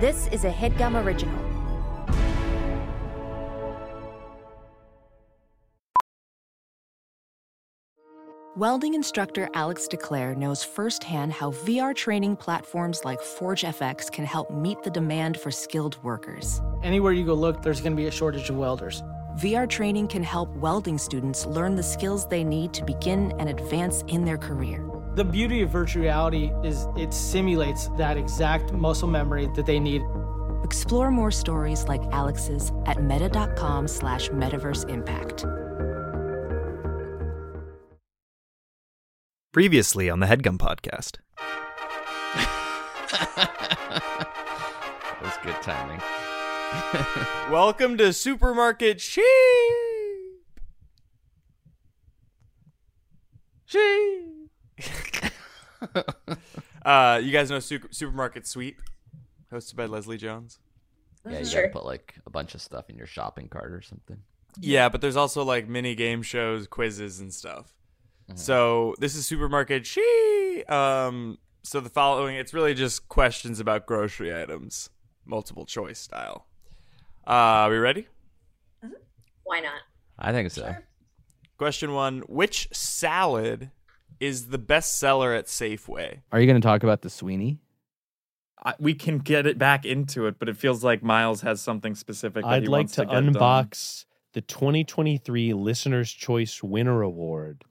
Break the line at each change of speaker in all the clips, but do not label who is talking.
This is a headgum original.
Welding instructor Alex DeClaire knows firsthand how VR training platforms like ForgeFX can help meet the demand for skilled workers.
Anywhere you go look, there's going to be a shortage of welders.
VR training can help welding students learn the skills they need to begin and advance in their career.
The beauty of virtual reality is it simulates that exact muscle memory that they need.
Explore more stories like Alex's at meta.com slash metaverse impact.
Previously on the Headgum Podcast.
That was good timing.
Welcome to Supermarket Sheep. Sheep. uh, you guys know Su- Supermarket Sweep, hosted by Leslie Jones.
Yeah, you
Sure.
gotta put like a bunch of stuff in your shopping cart or something.
Yeah, but there's also like mini game shows, quizzes, and stuff.
Mm-hmm.
So this is supermarket she. Um, so the following, it's really just questions about grocery items, multiple choice style. Uh, are we ready?
Why not?
I think so.
Question one: Which salad is the best seller at Safeway?
Are you going to talk about the Sweeney?
I, we can get it back into it, but it feels like Miles has something specific. That
I'd
he
like
wants
to,
get done.
unbox the 2023 Listener's Choice Winner Award.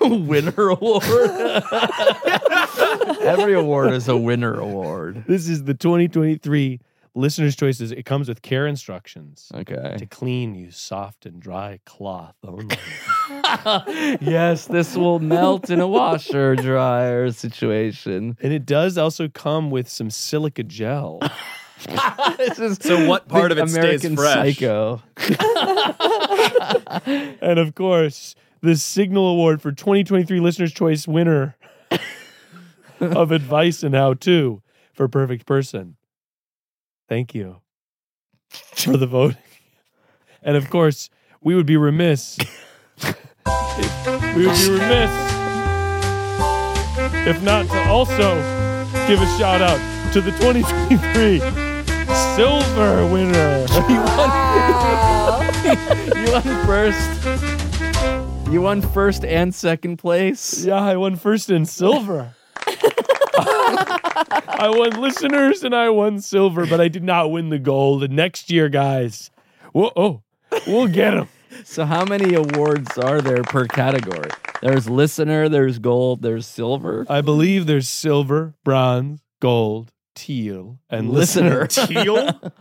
winner award. Every award is a winner award.
This is the 2023 Listener's Choices. It comes with care instructions to
Okay. Oh,
clean use soft and dry cloth only.
yes, this will melt in a washer dryer situation.
and it does also come with some silica gel.
this is
So what part
the
of it stays
American
fresh?
Psycho.
and of course, the Signal Award for 2023 Listener's Choice winner of advice and how to for perfect person. Thank you for the voting. And of course, we would be remiss. we would be remiss if not to also give a shout out to the 2023 silver winner.
You won first. You won first and second place.
Yeah, I won first in silver. I won listeners and I won silver, but I did not win the gold. And next year, guys, whoa, oh, we'll get them.
So how many awards are there per category? There's listener, there's gold, there's silver.
I believe there's silver, bronze, gold, teal, and listener.
teal.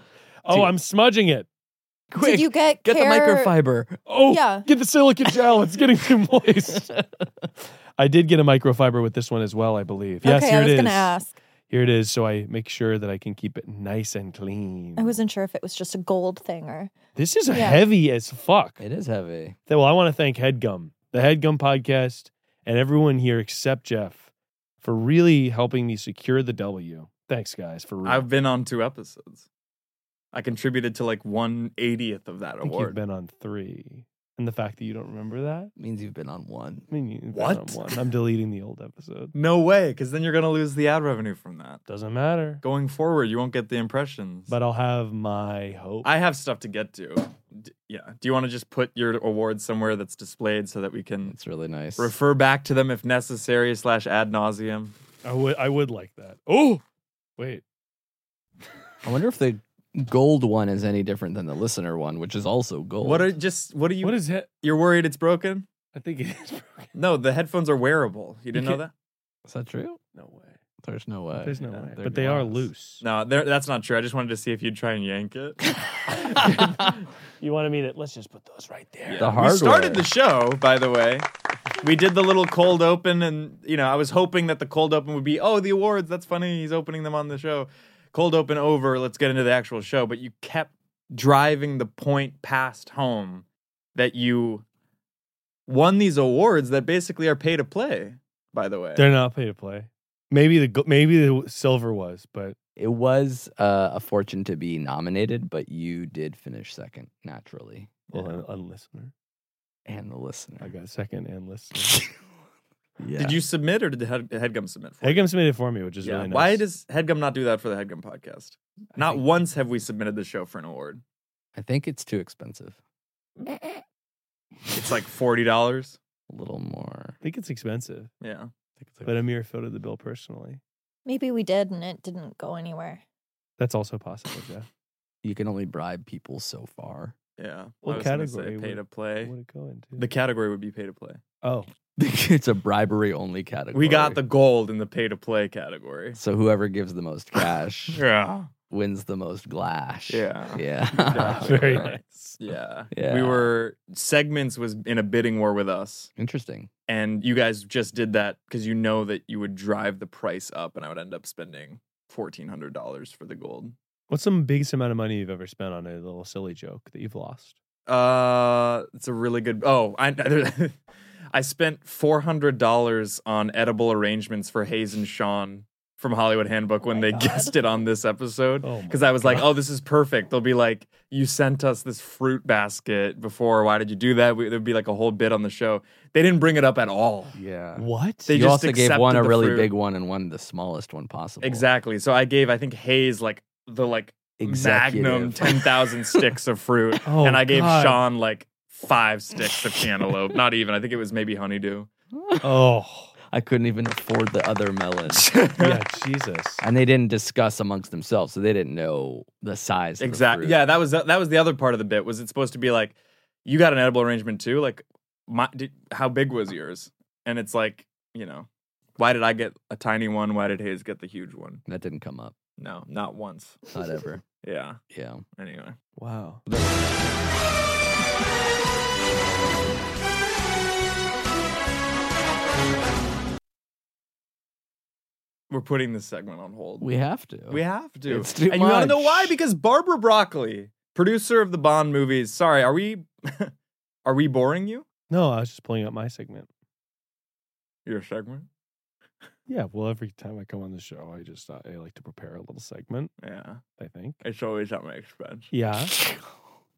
Oh, I'm smudging it.
Quick,
Did you get
get
care-
the microfiber.
Oh,
Yeah.
get the silica gel. It's getting too moist. I did get a microfiber with this one as well, I believe. Yes,
okay,
here
I was
it is.
gonna ask.
Here it is. So I make sure that I can keep it nice and clean.
I wasn't sure if it was just a gold thing or
This is
Yeah.
heavy as fuck.
It is heavy.
Th- Well, I want to thank Headgum, the Headgum podcast, and everyone here except Jeff for really helping me secure the W. Thanks, guys, for real.
I've been on two episodes. I contributed to like one eightieth of that
I think you've
award.
been on three. And the fact that you don't remember that,
means you've been on one.
I mean, you've been
What?
on one. I'm deleting the old episode.
No way, because then you're gonna lose the ad revenue from that.
Doesn't matter.
Going forward, you won't get the impressions.
But uh, I'll have my hope.
I have stuff to get to. D- yeah. Do you want to just put your award somewhere that's displayed so that we can
It's really nice.
refer back to them if necessary slash ad nauseum?
I would. I would like that. Oh, wait.
I wonder if the gold one is any different than the listener one, which is also gold.
What are just what are you?
what is it?
You're worried it's broken?
I think it is. broken.
No, the headphones are wearable. You didn't know
can-
that?
is that true?
No way.
There's no way.
There's no
Yeah,
way.
they're
But uh, they are
glass.
loose.
No, there- that's not true. I just wanted to see if you'd try and yank it.
You want to mean it? Let's just put those right there.
The
We started
hardware.
the show, by the way. We did the little cold open, and you know, I was hoping that the cold open would be, oh, the awards. That's funny. He's opening them on the show. Cold open over. Let's get into the actual show. But you kept driving the point past home that you won these awards that basically are pay to play. By the way,
They're not pay to play. Maybe the go- maybe the silver was, but
It was uh, a fortune to be nominated, but you did finish second naturally,
well, a, a listener.
and the listener.
I got second and listener.
Yeah.
Did you submit or did the head, headgum submit for? you?
Headgum submitted for me, which is
Yeah.
really nice.
Why does headgum not do that for the headgum podcast? Not
think-
once have we submitted the show for an award.
I think it's too expensive.
It's like forty dollars.
A little more.
I think it's expensive,
Yeah.
but Amir footed the bill personally.
Maybe we did and it didn't go anywhere.
That's also possible, Jeff.
You can only bribe people so far.
Yeah.
What
I was gonna
category
Say
would-
pay to play.
What it go into?
The category would be pay to play.
oh,
it's a bribery only category.
We got the gold in the pay to play category.
So whoever gives the most cash
Yeah.
wins the most glass.
Yeah. Oh,
Yeah.
very
Yeah.
nice.
Yeah.
Yeah.
We were segments was in a bidding war with us.
Interesting.
And you guys just did that because you know that you would drive the price up and I would end up spending fourteen hundred dollars for the gold.
What's the biggest amount of money you've ever spent on a little silly joke that you've lost?
Uh it's a really good oh, I I spent four hundred dollars on edible arrangements for Hayes and Sean from Hollywood Handbook when
my
they
God.
guessed it on this episode.
Oh, my
because I was like,
God.
"Oh, this is perfect." They'll be like, "You sent us this fruit basket before. Why did you do that?" We, there'd be like a whole bit on the show. They didn't bring it up at all.
Yeah.
what?
They
you
just
also gave one
accepted
a
the
really
fruit.
big one and one the smallest one possible.
Exactly. So I gave, I think Hayes like the like magnum
Executive.
ten thousand sticks of fruit,
Oh,
and I gave
God.
Sean like five sticks of cantaloupe. Not even. I think it was maybe honeydew.
Oh,
I couldn't even afford the other melon.
yeah, Jesus.
and they didn't discuss amongst themselves, so they didn't know the size. of the
Exactly.
fruit.
Yeah, that was that was the other part of the bit. Was it supposed to be like, you got an edible arrangement too? Like, my did, how big was yours? And it's like, you know, why did I get a tiny one? Why did Hayes get the huge one?
that didn't come up.
No, not once.
Not ever.
Yeah.
Yeah.
Anyway,
Wow.
we're putting this segment on hold.
We have to.
We have to.
It's too
and you want to know
much.
why? Because Barbara Broccoli, producer of the Bond movies. Sorry, are we are we boring you?
No, I was just pulling up my segment.
Your segment.
Yeah, well, every time I come on the show, I just uh, I like to prepare a little segment.
Yeah,
I think.
it's always at my expense.
Yeah.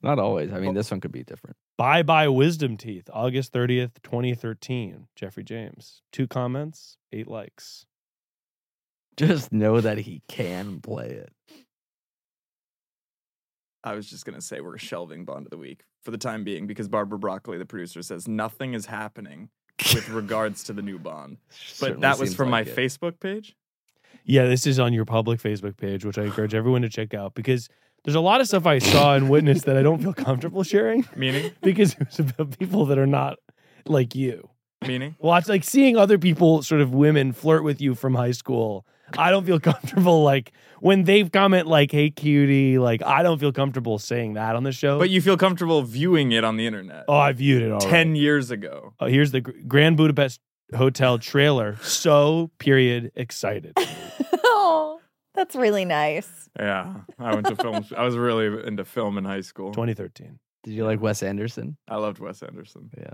Not always. I mean, this one could be different.
Bye bye wisdom teeth, August thirtieth, twenty thirteen. Jeffrey James. Two comments, eight likes.
Just know that he can play it.
I was just gonna say we're shelving Bond of the Week for the time being because Barbara Broccoli, the producer, says nothing is happening with regards to the new Bond. But
Certainly
that was
seems
from
like
my
it.
Facebook page.
Yeah, this is on your public Facebook page, which I encourage everyone to check out because there's a lot of stuff I saw and witnessed that I don't feel comfortable sharing
Meaning,
because it was about people that are not like you.
meaning.
Watch like seeing other people, sort of women, flirt with you from high school. I don't feel comfortable like when they comment like "Hey cutie," like I don't feel comfortable saying that on the show.
But you feel comfortable viewing it on the internet
oh, I viewed it already.
ten years ago.
Oh, here's the Gr- Grand Budapest Hotel trailer. So period excited.
oh, that's really nice.
Yeah, I went to film. I was really into film in high school.
2013.
Did you like Wes Anderson?
I loved Wes Anderson.
Yeah.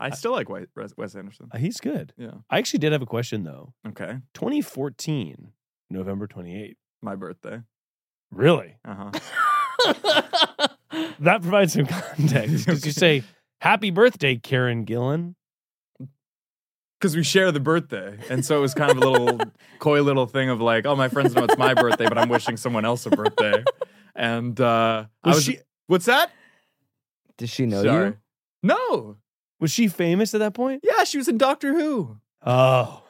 I still like Wes Wes Anderson.
Uh, He's good.
Yeah.
I actually did have a question though.
Okay.
2014, November 28th.
My birthday.
Really?
Uh huh.
That provides some context because you say "Happy birthday, Karen Gillan."
Because we share the birthday, and so it was kind of a little coy little thing of like, oh, my friends know it's my birthday, but I'm wishing someone else a birthday. And uh, I
Was
was.
she-
What's that?
Did she know
Sorry.
you?
No.
Was she famous at that point?
Yeah, she was in Doctor Who.
Oh.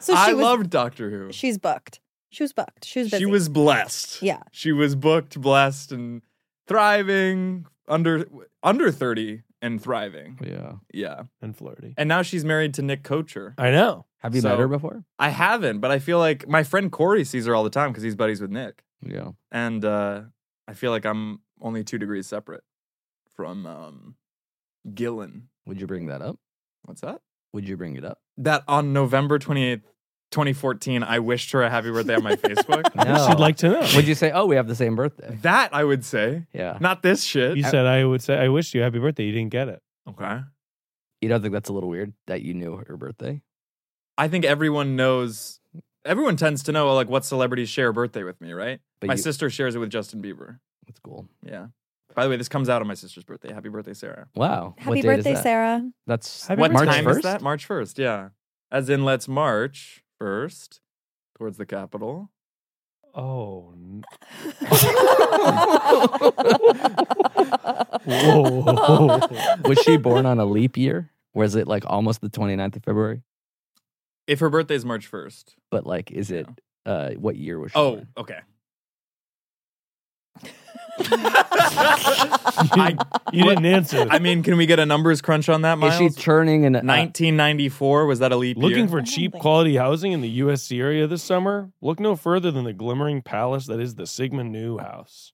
So she
I
was
loved Doctor Who.
she's booked. She was booked. She was busy.
She was blessed.
Yeah.
She was booked, blessed, and thriving under under 30 and thriving.
Yeah.
Yeah.
and flirty.
And now she's married to Nick Kocher.
I know.
Have you
So-
met her before?
I haven't, but I feel like my friend Corey sees her all the time because he's buddies with Nick,
Yeah.
and uh, I feel like I'm only two degrees separate from um, Gillen.
Would you bring that up?
What's that?
Would you bring it up?
That on November twenty eighth, twenty fourteen, I wished her a happy birthday on my Facebook.
No.
She'd like to know.
Would you say, "Oh, we have the same birthday"?
That I would say,
Yeah.
not this shit.
You said I would say I wished you happy birthday. You didn't get it.
Okay.
You don't think that's a little weird that you knew her birthday?
I think everyone knows. Everyone tends to know like what celebrities share a birthday with me, right?
But
my
you-
sister shares it with Justin Bieber.
That's cool.
Yeah. By the way, this comes out on my sister's birthday. Happy birthday, Sarah.
Wow.
Happy
what date is
birthday,
that?
Sarah.
That's
Happy
what
March
time
1st?
is that? March 1st, yeah. As in, let's march first towards the Capitol.
Oh, n- whoa, whoa, whoa.
Was she born on a leap year? Or is it like almost the 29th of February?
If her birthday is March 1st.
But like, is it, uh, what year was she
Oh,
born?
okay.
You, you didn't answer.
I mean, can we get a numbers crunch on that, Miles?
Is she churning in uh,
1994, was that a leap year?
Looking for
don't
cheap
think-
quality housing in the USC area this summer? Look no further than the glimmering palace that is the Sigma Nu House.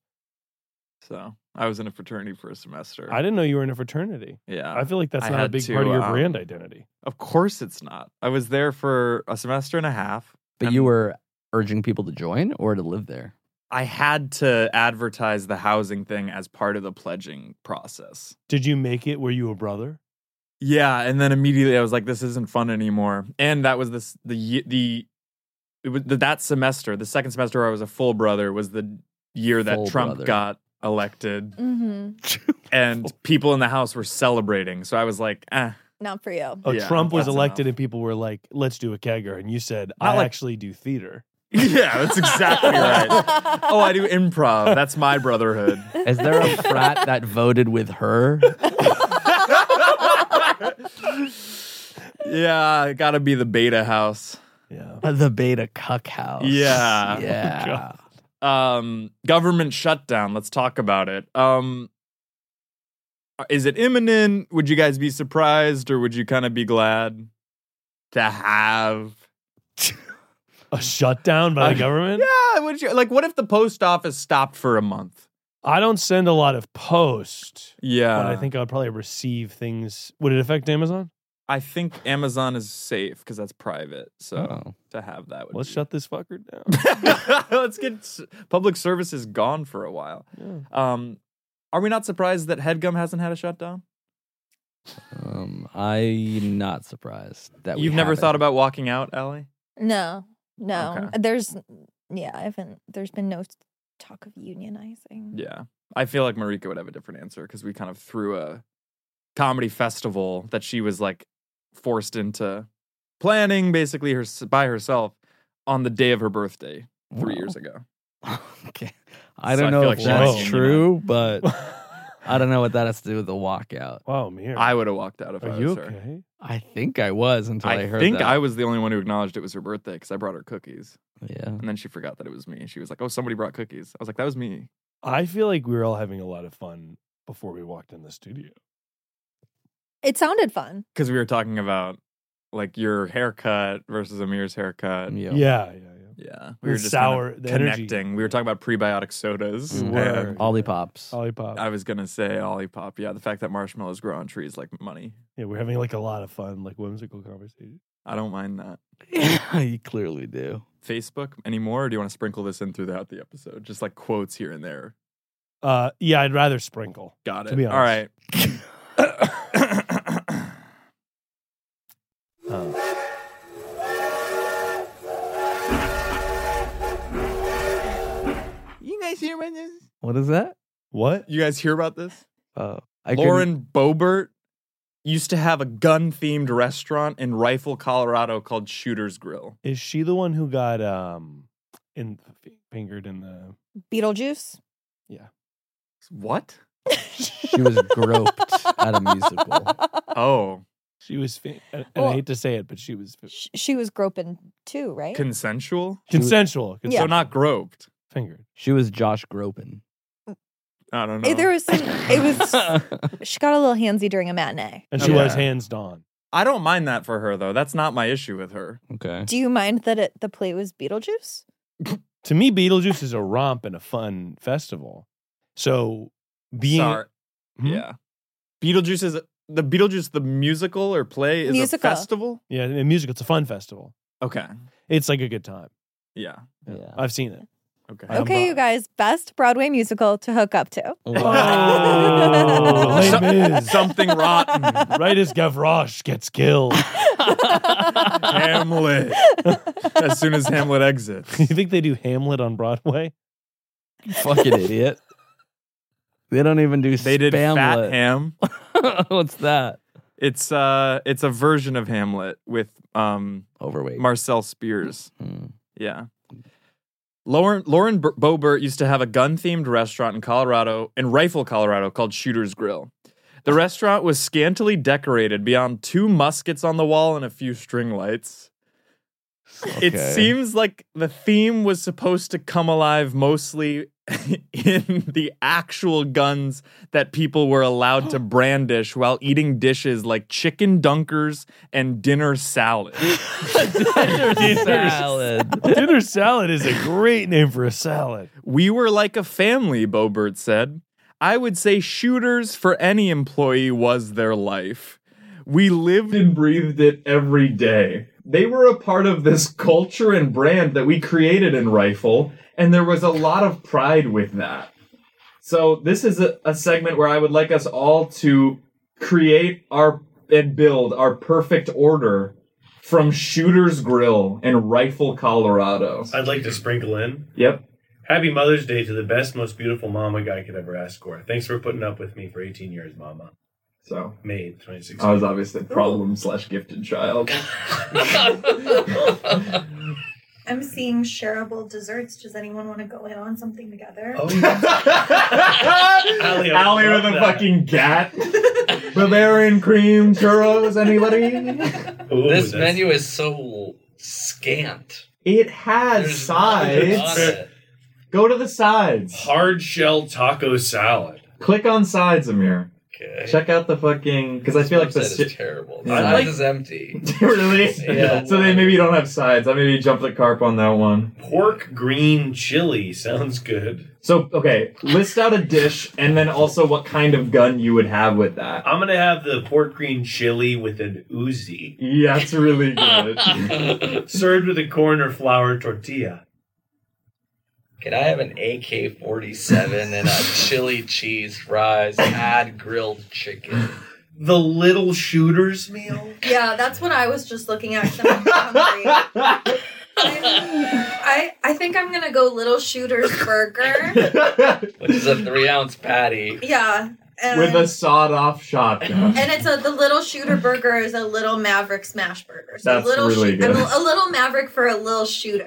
So I was in a fraternity for a semester.
I didn't know you were in a fraternity.
yeah.
I feel like that's
Uh, I
not a
had
big
to,
part of your
um,
brand identity.
of course it's not. I was there for a semester and a half.
But you were urging people to join or to live there?
I had to advertise the housing thing as part of the pledging process.
Did you make it? Were you a brother?
Yeah, and then immediately I was like, "This isn't fun anymore." And that was this the ye- the it was that semester, the second semester where I was a full brother was the year that
Full
Trump
brother.
got elected,
hmm
and people in the house were celebrating. So I was like, eh.
Not for you.
Oh,
Yeah,
Trump was
that's
elected
enough.
and people were like, let's do a kegger. And you said,
Not
I
like-
actually do theater.
"Yeah, that's exactly right." Oh, I do improv. That's my brotherhood.
Is there a frat that voted with her?
yeah, got to be the beta house.
Yeah.
the beta cuck house.
Yeah. Oh,
Yeah.
um government shutdown let's talk about it um is it imminent would you guys be surprised or would you kind of be glad to have
A shutdown by the government?
yeah would you like what if the post office stopped for a month
I don't send a lot of post,
yeah
but I think I would probably receive things. Would it affect Amazon?
i think amazon is safe because that's private so
Oh.
to have that would
Let's
be-
shut this fucker down.
let's get s- public services gone for a while um are we not surprised that headgum hasn't had a shutdown
Um, I'm not surprised that we
you've never
haven't.
thought about walking out ellie
No, no.
Okay.
There's, yeah, I haven't. There's been no talk of unionizing.
Yeah. I feel like Marika would have a different answer because we kind of threw a comedy festival that she was like forced into planning basically her, by herself on the day of her birthday three years ago.
okay. I
So
don't
I
know
feel
if
like she
might
that's
be
true, but I don't know what that has to do with the walkout.
Wow, Mir.
I would have walked out if I
Are
was
you
her.
okay?
I think I was until I,
I,
heard
think
that.
I was the only one who acknowledged it was her birthday because I brought her cookies.
Yeah.
And then she forgot that it was me. She was like, oh, somebody brought cookies. I was like, that was me.
I feel like we were all having a lot of fun before we walked in the studio.
It sounded fun.
Because we were talking about like your haircut versus Amir's haircut.
Yeah.
Yeah, yeah, yeah.
Yeah.
The
kind of
sour- the energy.
connecting. We were talking about prebiotic sodas.
We
Mm.
were.
and
Ollie pops.
Oh.
Ollie Pop.
I was gonna say Olipop. Yeah, the fact that marshmallows grow on trees like money.
yeah, we're having like a lot of fun, like whimsical conversations.
I don't mind that.
you clearly do.
Facebook anymore? Or do you want to sprinkle this in throughout the episode? Just like quotes here and there.
Uh, yeah, I'd rather sprinkle.
Got it.
To be
All right.
honest. Uh,
you guys hear about this?
What is that?
what?
You guys hear about this?
Oh, I couldn't-
Lauren Boebert used to have a gun themed restaurant in Rifle, Colorado called Shooter's Grill.
Is she the one who got um in fingered in the?
Beetlejuice.
What?
She was groped at a musical.
Oh,
She was. Fi- and and
Well-
I hate to say it, but she was fi-
Sh- she was groping too, right?
consensual?
She was-
consensual.
Yeah.
So
consensual.
not groped.
fingered.
She was Josh Gropin.
I don't know.
Eh, There was some, it was she got a little handsy during a matinee.
And she was
Okay.
hands on.
I don't mind that for her though. That's not my issue with her.
okay.
Do you mind that it, the play was Beetlejuice?
To me, Beetlejuice is a romp and a fun festival. So being
Sorry.
Hmm?
Yeah. Beetlejuice is the Beetlejuice the musical or play is a
Musical.
festival?
yeah, in music, it's a fun festival.
Okay.
It's like a good time.
Yeah.
Yeah.
I've seen it.
Okay.
I don't
okay, you
mind.
guys, best Broadway musical to hook up to.
Oh,
So-
Les Mis.
something rotten.
right as Gavroche gets killed.
Hamlet. As soon as Hamlet exits.
you think they do Hamlet on Broadway?
Fucking idiot.
They don't even do
They did fat
spamlet.
ham.
What's that?
It's uh, it's a version of Hamlet with um
Overweight.
Marcel Spears.
Hmm.
Mm.
Yeah. Lauren Lauren B- Boebert used to have a gun themed restaurant in Colorado in Rifle, Colorado called Shooter's Grill. The restaurant was scantily decorated beyond two muskets on the wall and a few string lights. It
Okay.
seems like the theme was supposed to come alive mostly in the actual guns that people were allowed to brandish while eating dishes like chicken dunkers and dinner salad.
salad.
Dinner salad is a great name for a salad.
We were like a family, Bobert said. I would say shooters for any employee was their life. We lived and breathed it every day. They were a part of this culture and brand that we created in Rifle, and there was a lot of pride with that. So, this is a, a segment where I would like us all to create our and build our perfect order from Shooter's Grill in Rifle, Colorado.
I'd like to sprinkle in.
Yep.
Happy Mother's Day to the best, most beautiful mom a guy could ever ask for. Thanks for putting up with me for 18 years, Mama.
So,
May 2016.
I was obviously problem slash gifted child.
I'm seeing shareable desserts. Does anyone want to go in on something together?
Oh, yeah.
Allie,
Allie, I would
with
love
a
that.
fucking gat. Bavarian cream, churros, anybody?
Ooh,
this
that's-
menu is so scant.
It has
There's nothing on
sides.
it.
Go to the sides.
Hard shell taco salad.
Click on sides, Amir.
Okay.
Check out the fucking. Because I feel like
This
this
website is
shit.
terrible.
Yeah.
The
I like-
size is empty.
really?
Yeah.
So they maybe don't have sides. I maybe jumped the carp on that one.
Pork green chili sounds good.
So, okay, list out a dish and then also what kind of gun you would have with that.
I'm gonna have the pork green chili with an Uzi,
Yeah, it's really good.
served with a corn or flour tortilla.
Can I have an AK 47 and a chili cheese fries, add grilled chicken?
The little shooters meal.
Yeah, that's what I was just looking at. 'cause I'm hungry. I I think I'm gonna go Little Shooter's Burger.
Which is a three ounce patty.
Yeah, and
With a sawed off shotgun.
and it's a the Little Shooter Burger is a Little Maverick smash burger. So
That's
little
really
shoot- a
good.
li- a Little Maverick for a Little Shooter.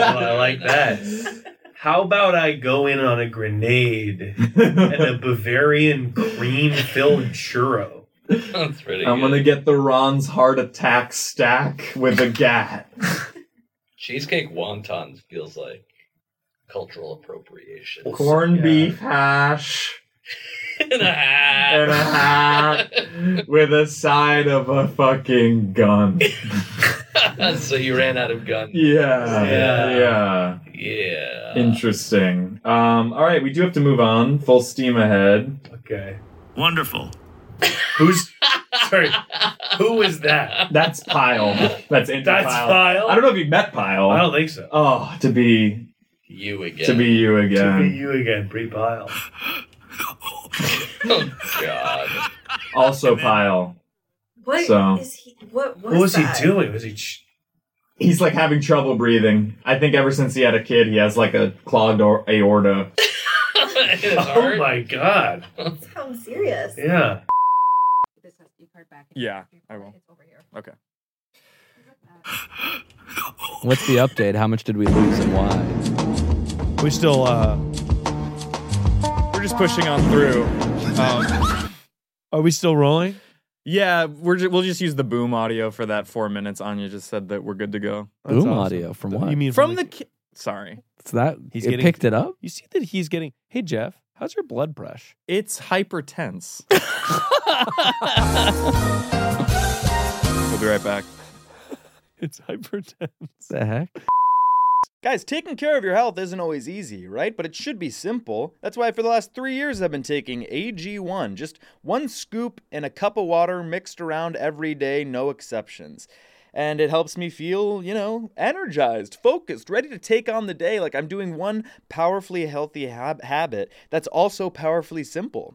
I like that. How about I go in on a grenade and a Bavarian cream filled churro?
That's pretty
I'm
good.
gonna get the Ron's heart attack stack with a gat.
Cheesecake wontons feels like cultural appropriation.
Corned
Yeah.
beef hash
and a half.
and a hat with a side of a fucking gun.
so you ran out of guns.
Yeah.
Yeah.
Yeah.
Yeah.
Interesting. Um, all right, we do have to move on. Full steam ahead.
Okay.
Wonderful.
Who's sorry? Who is that?
That's Pile. That's into
That's Pyle?
I don't know if you met Pile.
I don't think so.
Oh, to be
You again.
to be you again.
To be you again, Bree Pyle.
Oh, God.
Also Pile.
What is
So.
he? What was,
What was he
that?
doing? Was he? Ch-
He's like having trouble breathing. I think ever since he had a kid, he has like a clogged or- aorta.
In his
oh
heart?
my god!
Sounds serious.
Yeah.
This has to be card back.
Yeah, I will.
It's over here.
Okay.
What's the update? How much did we lose and why?
We still uh
We're just pushing on through. Um,
are we still rolling?
yeah, we're ju- we'll just use the boom audio for that four minutes. Anya just said that we're good to go.
That's
Boom
awesome.
audio from what?
You mean
From the ki- sorry,
It's that
He's
it
getting-
picked it up.
You see that he's getting Hey Jeff, how's your blood pressure?
it's hypertense. we'll be right back.
It's hypertense.
What the heck?
Guys, taking care of your health isn't always easy, right? But it should be simple. That's why for the last three years I've been taking AG1, just one scoop in a cup of water mixed around every day, no exceptions. And it helps me feel, you know, energized, focused, ready to take on the day like I'm doing one powerfully healthy hab- habit that's also powerfully simple.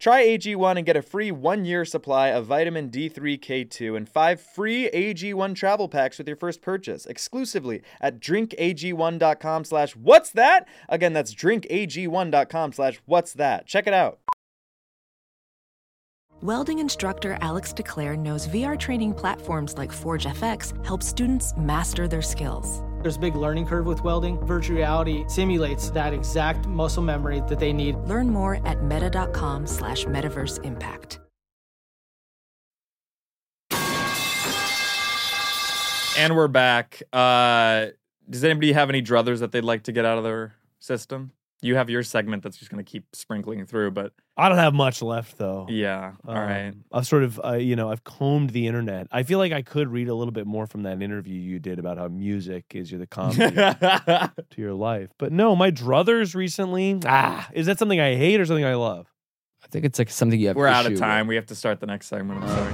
Try AG1 and get a free one year supply of vitamin D3K2 and five free AG1 travel packs with your first purchase exclusively at drinkag1.com slash what's that? Again, that's drinkag1.com slash what's that. Check it out.
Welding instructor Alex DeClaire knows VR training platforms like Forge FX help students master their skills.
There's a big learning curve with welding. Virtual reality simulates that exact muscle memory that they need.
Learn more at meta.com slash metaverse impact.
And we're back. Uh, does anybody have any druthers that they'd like to get out of their system? You have your segment that's just going to keep sprinkling through, but
I don't have much left though.
yeah. all
Um,
right.
I've sort of, uh, you know, I've combed the internet. I feel like I could read a little bit more from that interview you did about how music is your the comedy
to
your life. But no, my druthers recently. Ah, is that something I hate or something I love?
I think it's like something you have.
We're out of
issue
time. We have to start the next segment. I'm sorry.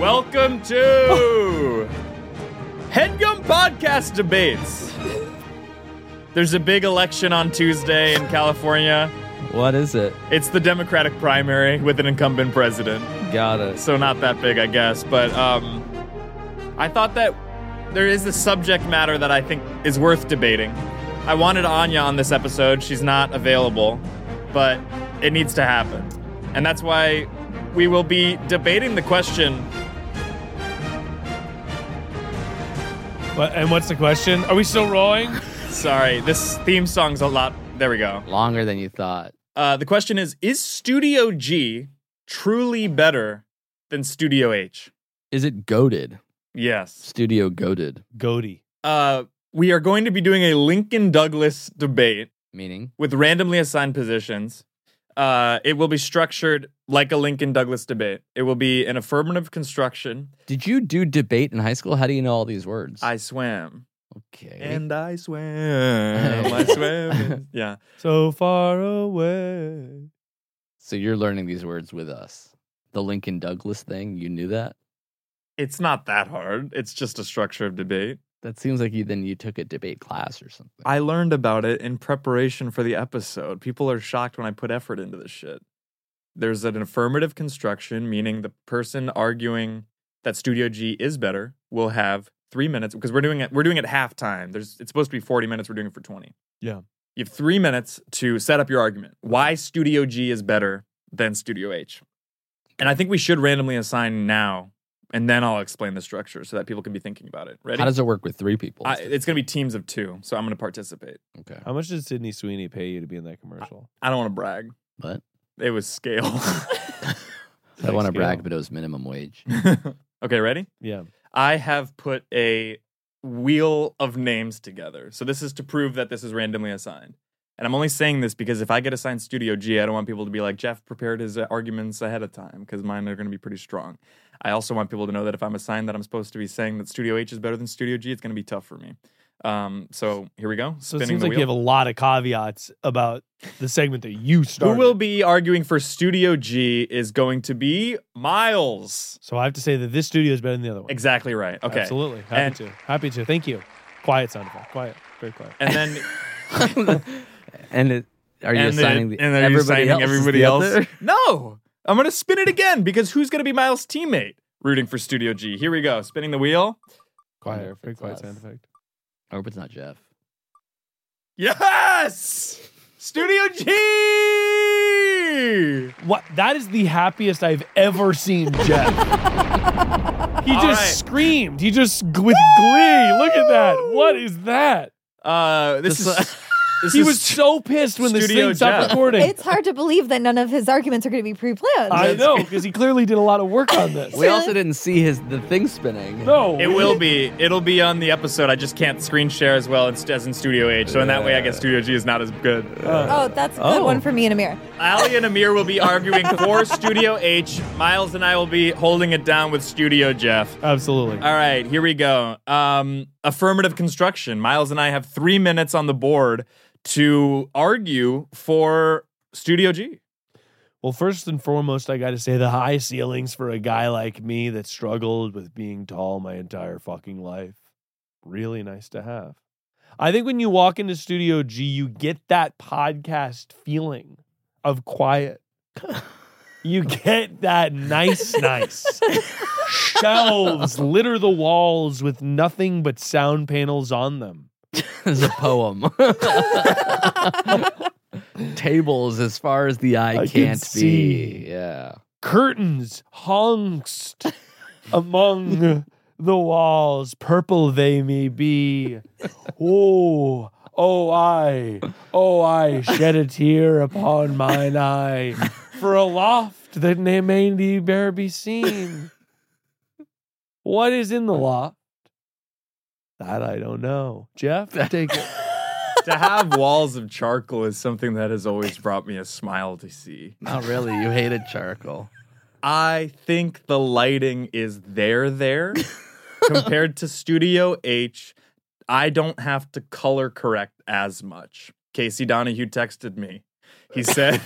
Welcome to Headgum Podcast Debates. There's a big election on Tuesday in California.
What is it?
It's the Democratic primary with an incumbent president.
Got it.
So not that big, I guess. But um, I thought that there is a subject matter that I think is worth debating. I wanted Anya on this episode. She's not available, but it needs to happen. And that's why we will be debating the question
What, and what's the question? Are we still rolling?
Sorry, this theme song's a lot. There we go.
Longer than you thought.
Uh, the question is Is Studio G truly better than Studio H?
Is it goaded?
Yes.
Studio goaded.
Goaty.
Uh, we are going to be doing a Lincoln Douglas debate.
Meaning?
With randomly assigned positions. Uh, it will be structured like a Lincoln Douglas debate. It will be an affirmative construction.
Did you do debate in high school? How do you know all these words?
I swam.
Okay.
And I swam. I swam. Yeah.
So far away.
So you're learning these words with us. The Lincoln Douglas thing, you knew that?
It's not that hard. It's just a structure of debate.
That seems like you then you took a debate class or something.
I learned about it in preparation for the episode. People are shocked when I put effort into this shit. There's an affirmative construction, meaning the person arguing that Studio G is better will have three minutes because we're doing it. We're doing it halftime. There's it's supposed to be 40 minutes. We're doing it for 20.
Yeah.
You have three minutes to set up your argument. Why Studio G is better than Studio H. And I think we should randomly assign now, and then I'll explain the structure so that people can be thinking about it. Ready?
How does it work with three people?
I, it's going to be teams of two, so I'm going to participate.
Okay.
How much did Sydney Sweeney pay you to be in that commercial?
I don't want to brag.
But
It was scale.
I want to
Thanks,
brag, but it was minimum wage.
okay, ready?
Yeah.
I have put a wheel of names together. So this is to prove that this is randomly assigned. And I'm only saying this because if I get assigned Studio G, I don't want people to be like, Jeff prepared his uh, arguments ahead of time because mine are going to be pretty strong. I also want people to know that if I'm assigned that I'm supposed to be saying that Studio H is better than Studio G, it's going to be tough for me. Um, so here we go.
So
Spinning
it seems
the
like
wheel.
you have a lot of caveats about the segment that you started.
Who will be arguing for Studio G is going to be Miles.
so I have to say that this studio is better than the other one.
Exactly right. Okay.
Absolutely. Happy
And,
to. Happy to. Thank you. Quiet sound effect. Quiet. Very quiet.
and then
And it, are you
and
assigning the,
and are you
everybody
assigning
else? is
everybody
the
else?
other?
No. I'm gonna spin it again because who's gonna be Miles' teammate? Rooting for Studio G. Here we go. Spinning the wheel.
Wonder
Quiet.
if
Very
it's
quiet
us.
sound effect.
I hope it's not Jeff.
Yes! Studio G!
What? That is the happiest I've ever seen Jeff. he
All
just
right.
screamed. He just g- with glee. Look at that. What is that?
Uh, this
Just-
is This
he
is
was so pissed when this
Studio
thing stopped
Jeff.
recording.
It's hard to believe that none of his arguments are going to be pre-planned.
I know because he clearly did a lot of work on this.
We also didn't see his the thing spinning.
No,
It will be. It'll be on the episode. I just can't screen share as well as, as in Studio H. So in that way, I guess Studio G is not as good.
Oh, that's a good
Oh.
one for me and Amir.
Ali and Amir will be arguing for Studio H. Miles and I will be holding it down with Studio Jeff.
Absolutely.
All right, here we go. Um, affirmative construction. Miles and I have three minutes on the board to argue for Studio G.
Well, first and foremost, I got to say the high ceilings for a guy like me that struggled with being tall my entire fucking life. Really nice to have. I think when you walk into Studio G, you get that podcast feeling of quiet. You get that nice, nice. Shelves litter the walls with nothing but sound panels on them.
It's a poem. Tables as far as the eye
I can
can't
see.
be. Yeah.
curtains hongst among the walls, purple they may be. Oh, oh, I, oh, I shed a tear upon mine eye for a loft that may may bear be seen. What is in the loft? That I don't know. Jeff, take it.
to have walls of charcoal is something that has always brought me a smile to see.
Not really. You hated charcoal.
I think the lighting is there there compared to Studio H. I don't have to color correct as much. Casey Donahue texted me. He said,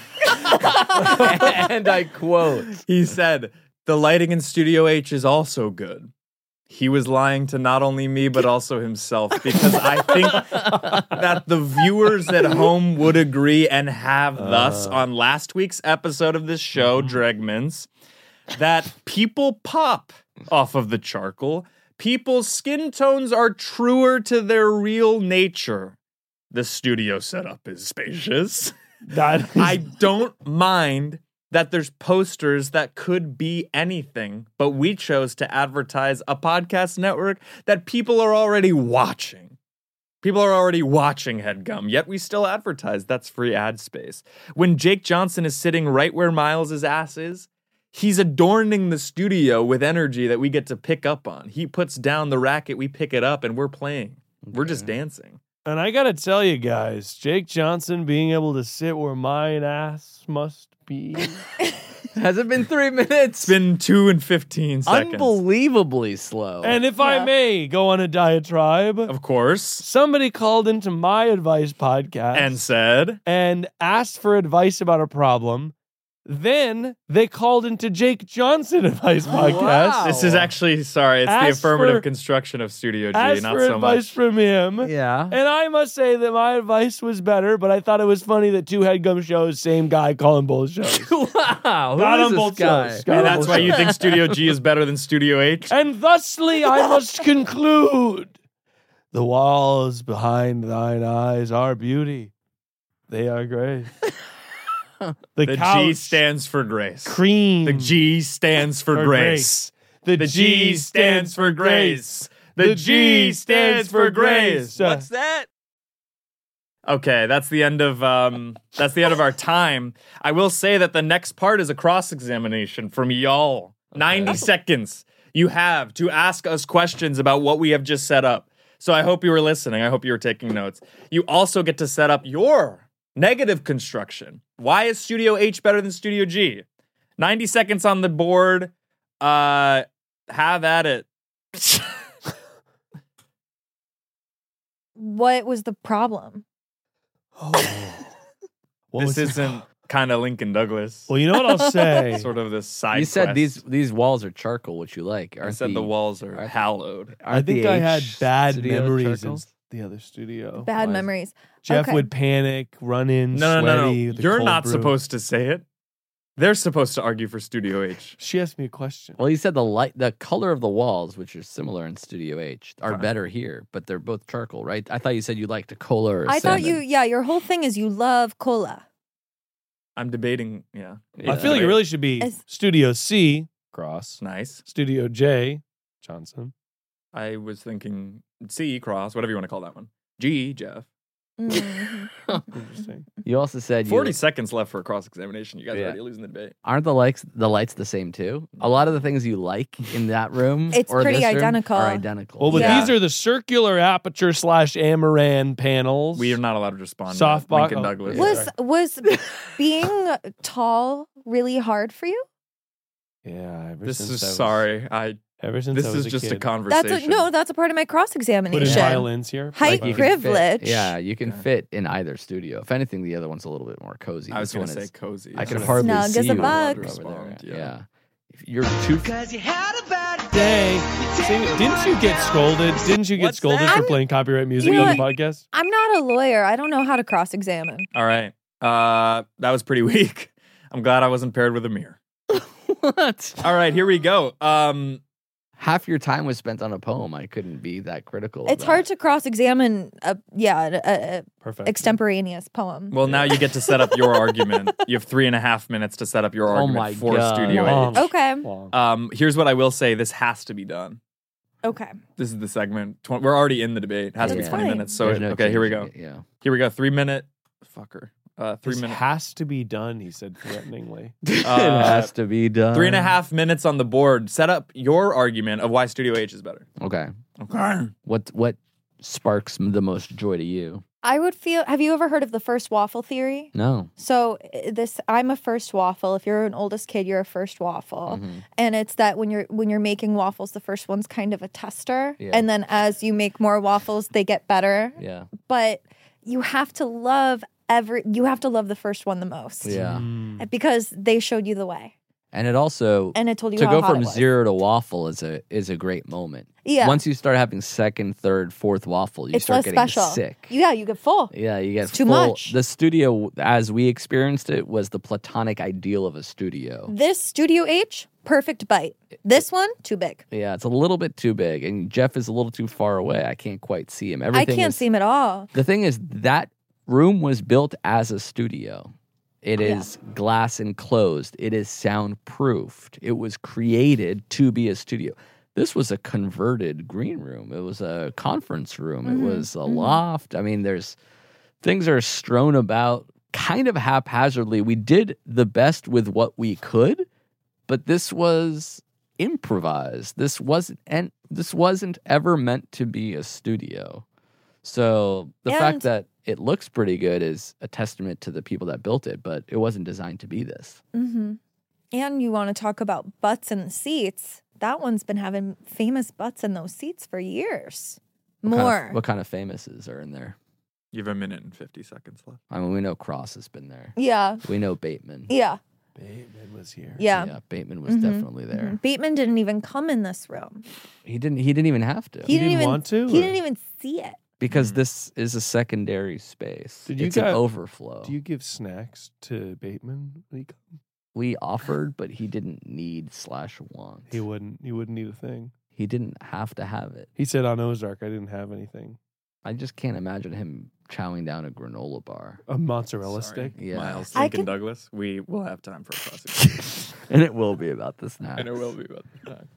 and I quote,
he said, the lighting in Studio H is also good. He was lying to not only me, but also himself, because I think that the viewers at home would agree and have thus on last week's episode of this show, Dregmans, that people pop off of the charcoal. People's skin tones are truer to their real nature. The studio setup is spacious. I don't mind that there's posters that could be anything, but we chose to advertise a podcast network that people are already watching. People are already watching Headgum, yet we still advertise. That's free ad space. When Jake Johnson is sitting right where Miles' ass is, he's adorning the studio with energy that we get to pick up on. He puts down the racket, we pick it up, and we're playing. We're just dancing.
And I gotta tell you guys, Jake Johnson being able to sit where mine ass must be.
Has it been three minutes? It's
been two and 15 seconds.
Unbelievably slow.
And if I may go on a diatribe,
of course,
somebody called into my advice podcast
and said,
and asked for advice about a problem. Then they called into Jake Johnson advice podcast.
This is actually sorry. It's
Ask
the affirmative
for-
construction of Studio G,
asked
not
for
so
advice
much.
from him.
Yeah.
And I must say that my advice was better, but I thought it was funny that two headgum shows, same guy calling both shows.
wow,
Got on both shows. Got on
And that's
both
why you
shows.
think Studio G is better than Studio H.
And thusly, I must conclude the walls behind thine eyes are beauty, they are grace. The,
The G
couch
stands for grace.
Cream.
The G stands for,
For
grace.
grace. The G stands for grace. The G stands for grace. What's
that?
Okay, that's the end of um, that's the end of our time. I will say that the next part is a cross examination from y'all. Ninety seconds you have to ask us questions about what we have just set up. So I hope you were listening. I hope you were taking notes. You also get to set up your negative construction. Why is Studio H better than Studio G? Ninety seconds on the board. Uh, have at it.
What was the problem?
Oh, was
this
the-
isn't kind of Lincoln Douglas.
Well, you know what I'll say?
sort of this side.
you said
quest.
these these walls are charcoal, which you like. Aren't
I said the, walls are hallowed.
I think I had bad
studio
memories in
charcoals?
the other studio.
Bad
Why?
memories.
Jeff
Okay.
would panic, run in,
No, no,
sweaty.
no, no.
with the
You're
cold
not
brew.
supposed to say it. They're supposed to argue for Studio H.
She asked me a question.
Well, you said the light, the color of the walls, which are similar in Studio H, are
Fine.
better here, but they're both charcoal, right? I thought you said you liked the color. Or
I thought you,
salmon.
yeah, your whole thing is you love cola.
I'm debating. Yeah,
I feel like it really should be
As-
Studio C, Cross,
nice.
Studio J, Johnson.
I was thinking C cross, whatever you want to call that one. G Jeff.
Mm.
Interesting.
You also said you-
Forty seconds left for a cross examination. You guys are
Yeah.
already losing the debate.
Aren't the likes the lights the same too? A lot of the things you like in that room,
It's
or
pretty
this room
identical.
Are identical.
Well, but
Yeah.
these are the circular aperture slash Amaran panels.
We are not allowed to respond.
Softbox-
To Lincoln
oh,
Douglas.
Was was being tall really hard for you?
Yeah. Ever
This
since
is
I was-
sorry. I.
Ever since
this
I
is
was a
just a
kid.
conversation.
That's a, no, that's a part of my cross
Put in
examination.
violins here.
Height
you can fit-
privilege.
yeah, you can fit in either studio. If anything, the other one's a little bit more cozy.
I was
This one
gonna
is-
say cozy.
I can
Snug
hardly
as
see
a
you
bug.
Over
Respond,
there. Yeah. If you're too.
Dang. See, didn't you get scolded? Didn't you get scolded for
that?
playing copyright music
You know
on the
what?
podcast?
I'm not a lawyer. I don't know how to cross examine.
All right. Uh, that was pretty weak. I'm glad I wasn't paired with Amir.
what?
All right, here we go. Um,
half your time was spent on a poem. I couldn't be that critical.
It's
about-
hard to cross examine a yeah a, a
Perfect.
extemporaneous poem.
Well, now you get to set up your argument. You have three and a half minutes to set up your
Oh
argument
my
for
God.
Studio H.
Okay.
Um, here's what I will say: This has to be done.
Okay.
This is the segment. Tw- we're already in the debate. It has to be
Yeah.
20 minutes. So
There's no
okay, here we go.
changing it, yeah.
Here we go. Three minute. Fucker. Uh, three
This
minutes.
has to be done, he said threateningly.
it
Uh,
has to be done.
Three and a half minutes on the board. Set up your argument of why Studio H is better.
Okay.
Okay.
What what sparks m- the most joy to you?
I would feel. Have you ever heard of the first waffle theory?
No.
So i- this, I'm a first waffle. If you're an oldest kid, you're a first
Mm-hmm.
waffle, and it's that when you're when you're making waffles, the first one's kind of a tester,
Yeah.
and then as you make more waffles, they get better.
Yeah.
But you have to love every. You have to love the first one the most.
Yeah.
Because they showed you the way.
And it also
And it told you
to
how
go
hot
from
it was.
zero to waffle is a is a great moment.
Yeah.
Once you start having second, third, fourth waffle, you
it's
start
less
getting
special.
sick.
Yeah, you get full.
Yeah, you get
It's too
full-
much.
The studio, as we experienced it, was the platonic ideal of a studio.
This Studio H, perfect bite. This one, too big.
Yeah, it's a little bit too big, and Jeff is a little too far away. I can't quite see him.
I
Everything
can't
is-
see him at all.
The thing is, that room was built as a studio. It
Yeah.
is glass enclosed. It is soundproofed. It was created to be a studio. This was a converted green room. It was a conference room.
Mhm,
It was a
mhm.
loft. I mean, there's things are strewn about kind of haphazardly. We did the best with what we could, but this was improvised. This wasn't and this wasn't ever meant to be a studio. So the
And-
fact that it looks pretty good is a testament to the people that built it, but it wasn't designed to be this.
hmm And you want to talk about butts in the seats? That one's been having famous butts in those seats for years.
What kind of-
More.
what kind of famouses are in there?
You have a minute and fifty seconds left.
I mean, we know Cross has been there.
Yeah.
We know Bateman.
Yeah.
Bateman was here.
Yeah.
Bateman was
Mhm,
definitely there.
mhm. Bateman didn't even come in this room.
He didn't. He didn't even have to.
He, didn't, even He didn't even see it.
because this is a secondary space.
Mm-hmm. Did you
it's
guy-
an overflow.
Do you give snacks to Bateman? when he comes?
we offered, but he didn't need slash want.
He wouldn't. He wouldn't need a thing.
He didn't have to have it.
He said on Ozark, I didn't have anything.
I just can't imagine him chowing down a granola bar.
A mozzarella stick.
Yeah.
Miles
I
Lincoln
could-
Douglas. We will have time for a cross examination.
And it will be about the snack.
and it will be about the time.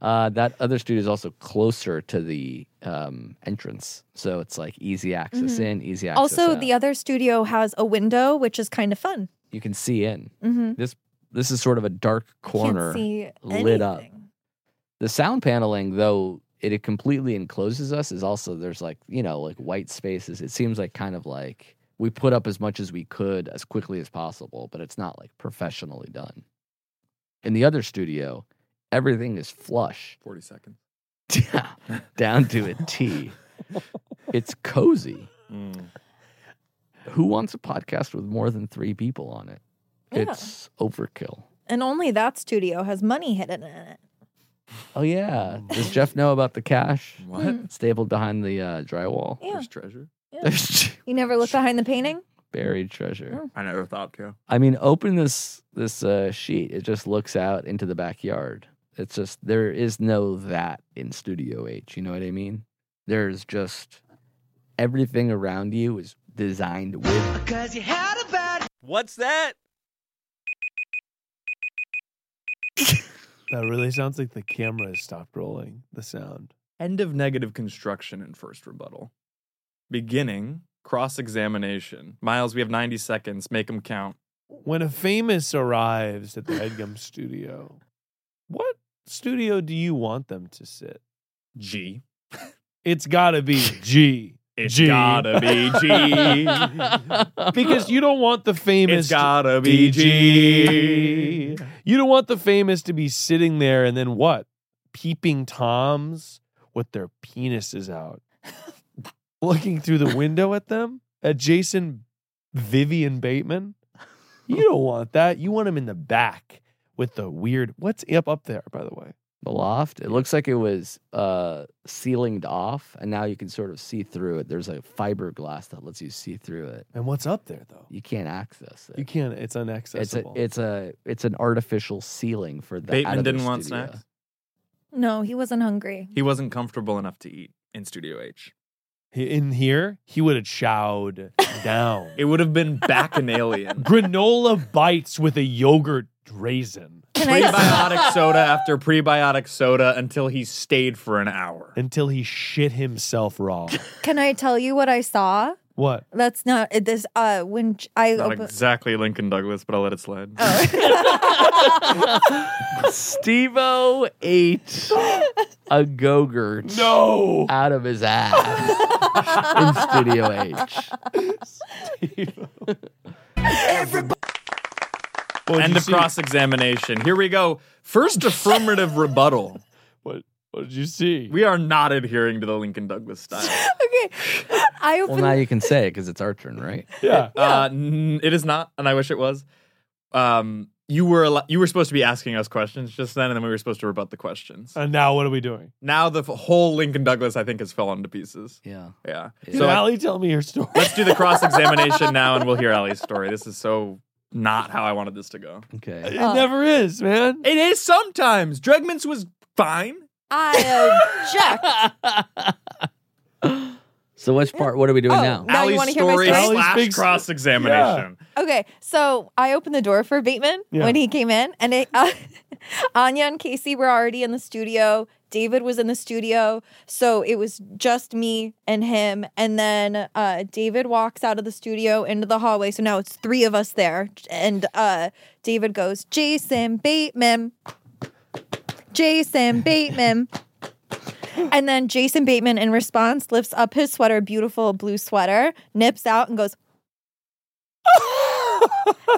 Uh, that other studio is also closer to the um, entrance, so it's like easy access
Mhm.
in, easy access.
Also,
out.
the other studio has a window, which is kind of fun.
you can see in.
Mhm.
This this is sort of a dark corner
see
lit up. The sound paneling, though it, it completely encloses us, is also there's like you know like white spaces. It seems like kind of like we put up as much as we could as quickly as possible, but it's not like professionally done. In the other studio, everything is flush.
Forty seconds.
down to a T. It's cozy.
Mm.
Who wants a podcast with more than three people on it?
Yeah.
It's overkill.
And only that studio has money hidden in it.
Oh yeah. Hmm. Does Jeff know about the cash?
What?
Stapled behind the uh, drywall.
Yeah.
There's treasure.
There's
You never look behind the painting?
buried treasure.
I never thought to.
I mean, open this this uh, sheet. It just looks out into the backyard. It's just there is no that in Studio H. You know what I mean? There's just everything around you is designed with
What's that?
That really sounds like the camera has stopped rolling. The sound.
End of negative construction and first rebuttal. Beginning Cross examination. Miles, we have 90 seconds. Make them count.
When a famous arrives at the Headgum studio, what studio do you want them to sit?
G.
It's gotta be G.
It's
G.
gotta be G.
because you don't want the famous.
It's gotta be
E
G.
You don't want the famous to be sitting there and then what? Peeping toms with their penises out, looking through the window at them at Jason, Vivian Bateman. You don't want that. You want him in the back with the weird. What's up up there? By the way,
the loft. It looks like it was uh ceilinged off, and now you can sort of see through it. There's a fiberglass that lets you see through it.
And what's up there though?
You can't access it.
You can't.
It's
It's
a
unaccessible.
it's a it's an artificial ceiling for the out
Bateman
of their
didn't want
studio.
snacks.
No, he wasn't hungry.
He wasn't comfortable enough to eat in Studio H.
He- in here, he would have chowed down.
It would have been bacchanalian.
Granola bites with a yogurt raisin
Prebiotic soda after prebiotic soda until he stayed for an hour.
until he shit himself raw.
Can I tell you what I saw?
What?
That's not it- this. Uh, when j- I
Not
open-
exactly Lincoln Douglas, but I'll let it slide.
Stevo ate a go-gurt
no
out of his ass in Studio H.
What'd
End
you
of
see?
cross examination. Here we go. First affirmative rebuttal.
What? What did you see?
We are not adhering to the Lincoln Douglas style.
okay, I
Well,
opened.
now you can say it because it's our turn, right?
Yeah.
Uh, n- it is not, and I wish it was. Um, you were al- you were supposed to be asking us questions just then, and then we were supposed to rebut the questions.
And now what are we doing?
Now the f- whole Lincoln Douglas, I think, has fallen to pieces.
Yeah.
Yeah.
Did
So
Allie tell me your story?
let's do the cross examination now, and we'll hear Ali's story. This is so not how I wanted this to go.
Okay.
it never is, man.
It is sometimes. Dregman's was fine.
I
So which part? What are we doing
Oh,
now?
Now
Ali's
you wanna hear my
story
story?
Ali's
slash
big-
cross examination.
object. Okay, so I opened the door for Bateman
Yeah.
when he came in, and it, uh, Anya and Casey were already in the studio. David was in the studio, so it was just me and him. And then uh, David walks out of the studio into the hallway. So now it's three of us there, and uh, David goes, "Jason Bateman, Jason Bateman." And then Jason Bateman, in response, lifts up his sweater, beautiful blue sweater, nips out, and goes.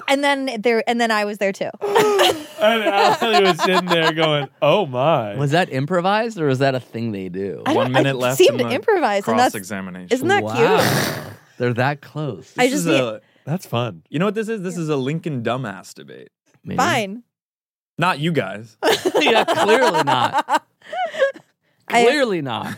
and then there, and then I was there too.
And Allie was sitting there going, "Oh my."
Was that improvised or was that a thing they do?
I don't-
One minute
I
left.
seemed
in the
improvised, and that's-
Cross examination.
Isn't that cute?
wow. They're that close.
I just need-
That's fun.
You know what this is? This is a Lincoln dumbass debate.
Maybe.
Fine.
Not you guys.
yeah, clearly not.
I-
Clearly not.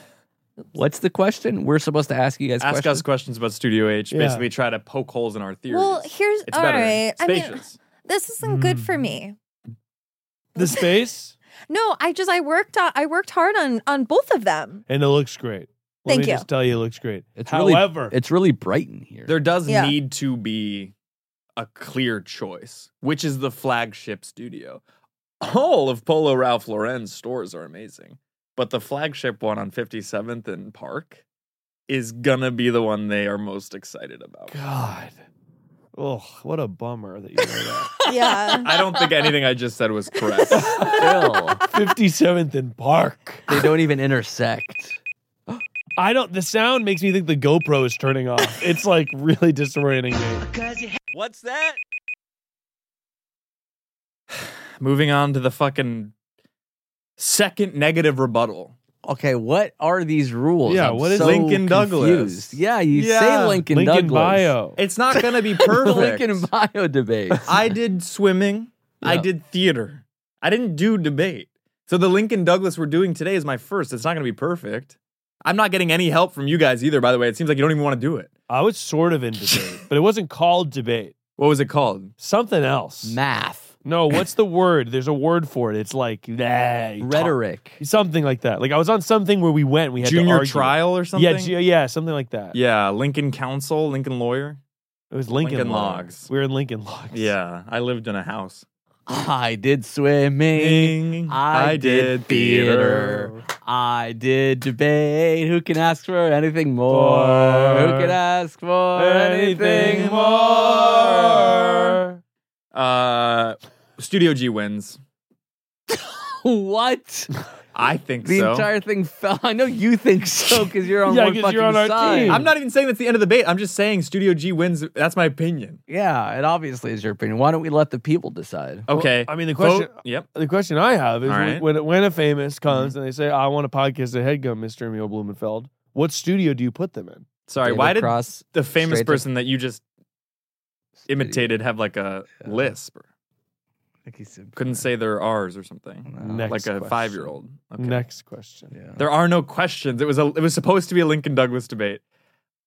What's the question? We're supposed to ask you guys
Ask
questions.
us questions about Studio H.
Yeah.
Basically, try to poke holes in our theories.
Well, here's
it's
all
better.
right. I mean,
Spacious.
this isn't good for me.
Hmm. The space
No, I just I worked on I worked hard on on both of them.
and it looks great. Let
Thank
me
you.
just tell you, it looks great.
It's really-
However,
It's really bright in here.
there does
Yeah.
need to be a clear choice, which is the flagship studio. All of Polo Ralph Lauren's stores are amazing, but the flagship one on 57th and Park is gonna be the one they are most excited about.
God, oh, what a bummer that you know that.
Yeah.
I don't think anything I just said was correct.
Still,
57th and Park.
they don't even intersect.
I don't. The sound makes me think the GoPro is turning off. Oh It's like really disorienting me.
What's that?
Moving on to the fucking second negative rebuttal.
Okay, what are these rules?
Yeah,
I'm
what is-
so
Lincoln Douglas.
confused. Yeah, you
Yeah,
say Lincoln,
Lincoln
Douglas.
bio.
It's not gonna be
The
perfect.
Lincoln bio debate.
I did swimming. I
Yeah.
did theater. I didn't do debate. So the Lincoln Douglas we're doing today is my first. It's not going to be perfect. I'm not getting any help from you guys either. By the way, it seems like you don't even want to do it.
I was sort of in debate, but it wasn't called debate.
What was it called?
Something else.
Math,
no, what's the word? There's a word for it. It's like nah, you
rhetoric.
talk- something like that. Like I was on something where we went. We had to
Junior
argue.
trial or something?
Yeah, ju- yeah, something like that.
yeah, Lincoln Council, Lincoln Lawyer.
It was Lincoln,
Lincoln
Logs.
Logs.
We were in Lincoln Logs.
Yeah, I lived in a house.
I did swimming. I, did theater. I did debate. Who can ask for anything more? Who can ask for anything more?
Uh, Studio G wins.
what?
I think
the
so.
entire thing fell. I know you think so because you're on
Yeah,
one
'cause
fucking
you're on our
side.
team. I'm not even saying that's the end of the debate. I'm just saying Studio G wins. That's my opinion.
Yeah, it obviously is your opinion. Why don't we let the people decide?
Okay.
I mean, the question.
Vote- Yep.
The question I have is
All
when
right.
when, when a famous
Mm-hmm.
comes and they say, "I want a podcast at Headgum, Mister Emil Blumenfeld." What studio do you put them in?
Sorry,
David
why did
Cross,
the famous
straight to-
person that you just imitated have like a lisp? Couldn't say their R's or something.
Next
like a
question.
five year old.
Next question.
Yeah.
There are no questions. It was a it was supposed to be a Lincoln Douglas debate.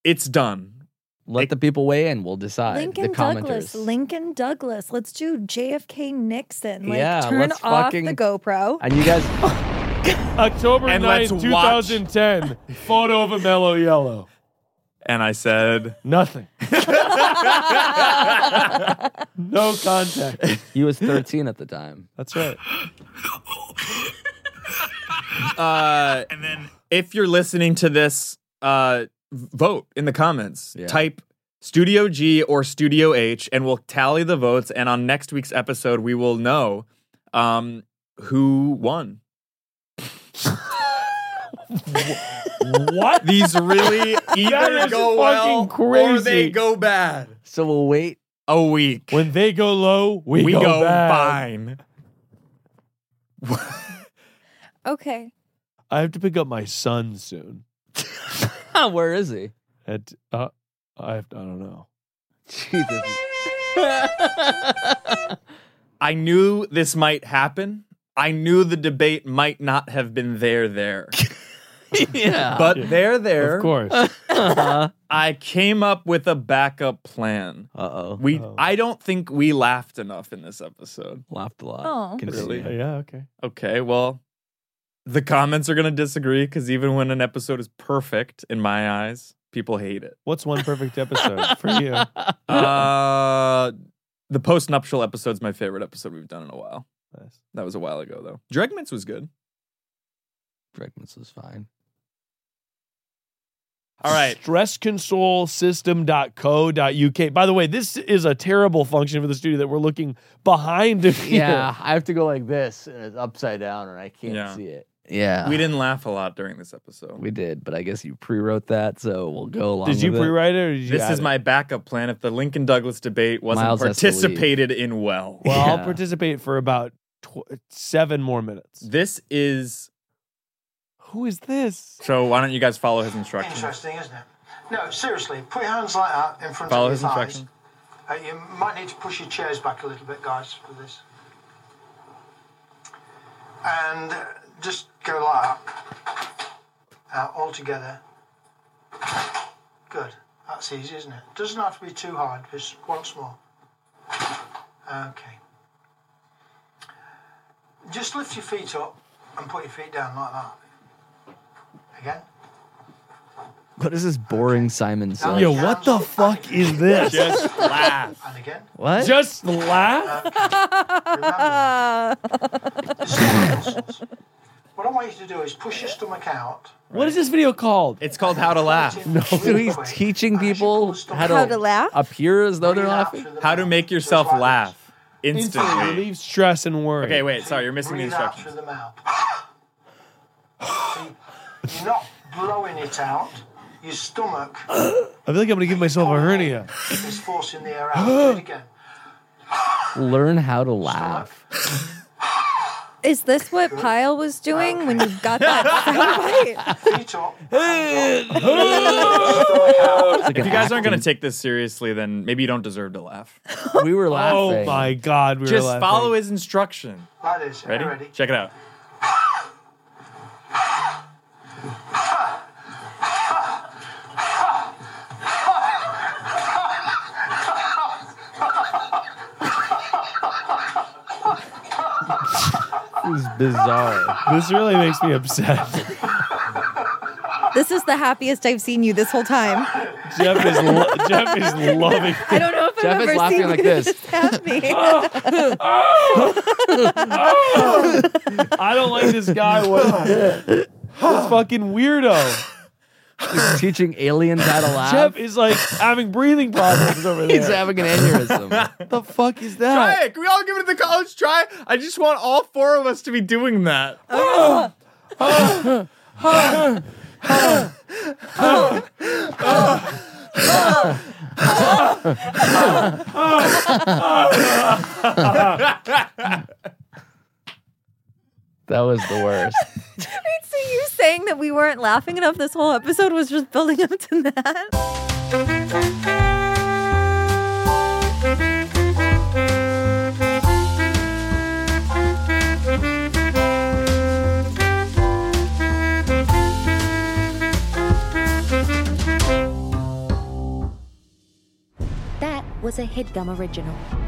It's done.
Let the people weigh in. We'll decide.
Lincoln
the commenters.
Douglas, Lincoln Douglas. Let's do JFK Nixon. Like,
Yeah,
turn
let's
off the
fucking-
GoPro.
And you guys,
October
And
9th,
let's watch.
2010. photo of a mellow yellow.
And I said
Nothing. no contact.
he was 13 at the time.
That's right.
uh, if you're listening to this, uh, v- vote in the comments. Type Studio G or Studio H, and we'll tally the votes. And on next week's episode, we will know um, who won.
what?
These really
That
either
is
go
fucking
well or they
crazy.
go bad.
So we'll wait.
A week.
When they go low, we,
We
go,
go
bad.
fine.
Uh,
Okay.
I have to pick up my son soon.
Where is he?
At uh, I have to, I don't know.
Jesus.
I knew this might happen. I knew the debate might not have been there there.
yeah.
But there there.
Of course.
I came up with a backup plan.
Uh oh.
We I don't think we laughed enough in this episode.
Laughed a lot.
Oh.
Continue.
Really?
yeah. Okay.
Okay, well, the comments are going to disagree cuz even when an episode is perfect in my eyes, people hate it.
What's one perfect episode for you?
Uh the postnuptial episode's my favorite episode we've done in a while.
Nice.
That was a while ago though. Dregmans was good.
Bregman's was fine.
All right.
Stressconsolsystem.co.uk. By the way, this is a terrible function for the studio that we're looking behind. to hear.
Yeah, I have to go like this, and it's upside down, and I can't
Yeah.
see it. Yeah,
We didn't laugh a lot during this episode.
We did, but I guess you pre-wrote that, so we'll go along.
Did you
with it.
pre-write it? Or did you
This
add
is
it?
my backup plan if the Lincoln Douglas debate wasn't
Miles has to leave.
participated in well.
Well, I'll
Yeah.
participate for about tw- seven more minutes.
This is
Who is this?
so. Why don't you guys follow his instructions?
Interesting, isn't it? No, seriously, put your hands like that in front
Follow
of
his
your thighs.
instructions.
Uh, you might need to push your chairs back a little bit, guys, for this. And uh, just go like that. Uh, all together. Good. That's easy, isn't it? Doesn't have to be too hard. Just once more. Okay. Just lift your feet up and put your feet down like that. Again.
What is this boring Simon song?
Yo, what the fuck is this?
Just laugh.
And again.
What?
Just laugh?
What I want you to do is push your stomach out.
What is this video called?
It's called How to Laugh.
No.
So he's teaching people how to,
How to laugh?
appear as though they're laughing.
How to make yourself laugh
Instantly
instantly.
relieve stress and worry.
Okay, wait. Sorry, you're missing the
Breathe out through
instructions.
the mouth. See, you're not blowing it out. Your stomach
I feel like I'm gonna give myself a hernia.
is forcing the air out. Do it again.
Learn how to laugh.
Is this what Pyle was doing when you got that soundbite?
Feet up. hands up.
If you guys aren't gonna take this seriously, then maybe you don't deserve to laugh.
we were laughing.
Oh my god, we
Just
were laughing.
follow his instruction.
Like this.
Ready?
Ready?
Check it out.
This is bizarre.
This really makes me upset.
this is the happiest I've seen you this whole time.
Jeff is lo- Jeff is loving.
I don't know if
Jeff
I've
is
ever
laughing
seen
like
you
this.
happy.
I don't like this guy. What?
this fucking weirdo.
He's teaching aliens how to laugh.
Jeff is like having breathing problems over there.
He's having an aneurysm.
the fuck is that?
Try it. Can we all give it to the college try? I just want all four of us to be doing that. Oh. Oh. Oh.
that was the worst.
Wait, so you saying that we weren't laughing enough this whole episode was just building up to that?
That was a headgum original.